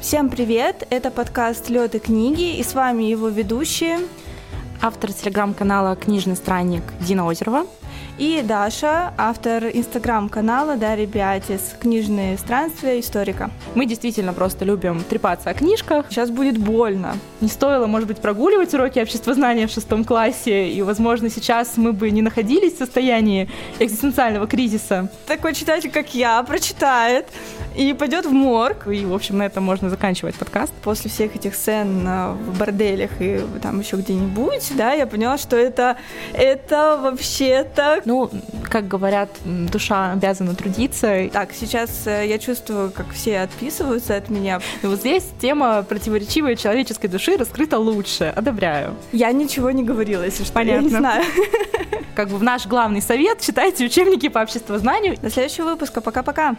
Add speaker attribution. Speaker 1: Всем привет! Это подкаст Лед и книги, и с вами его ведущие
Speaker 2: автор телеграм-канала «Книжный странник» Дина Озерова.
Speaker 1: и Даша, автор инстаграм-канала Дарья Биатис «Книжные странствия историка».
Speaker 2: Мы действительно просто любим трепаться о книжках.
Speaker 1: Сейчас будет больно.
Speaker 2: Не стоило, может быть, прогуливать уроки обществознания в шестом классе, и, возможно, сейчас мы бы не находились в состоянии экзистенциального кризиса.
Speaker 1: Такой читатель, как я, прочитает и пойдет в морг
Speaker 2: И, в общем, на этом можно заканчивать подкаст.
Speaker 1: после всех этих сцен э, в борделях и там еще где-нибудь, да, я поняла, что это, это вообще-то
Speaker 2: Ну, как говорят, м, душа обязана трудиться.
Speaker 1: так, сейчас э, я чувствую, как все отписываются от меня.
Speaker 2: И вот здесь тема противоречивой человеческой души раскрыта лучше. Одобряю.
Speaker 1: Я ничего не говорила, если что. Я не
Speaker 2: Понятно.
Speaker 1: знаю.
Speaker 2: Как бы в наш главный совет читайте учебники по обществознанию
Speaker 1: До следующего выпуска. Пока-пока.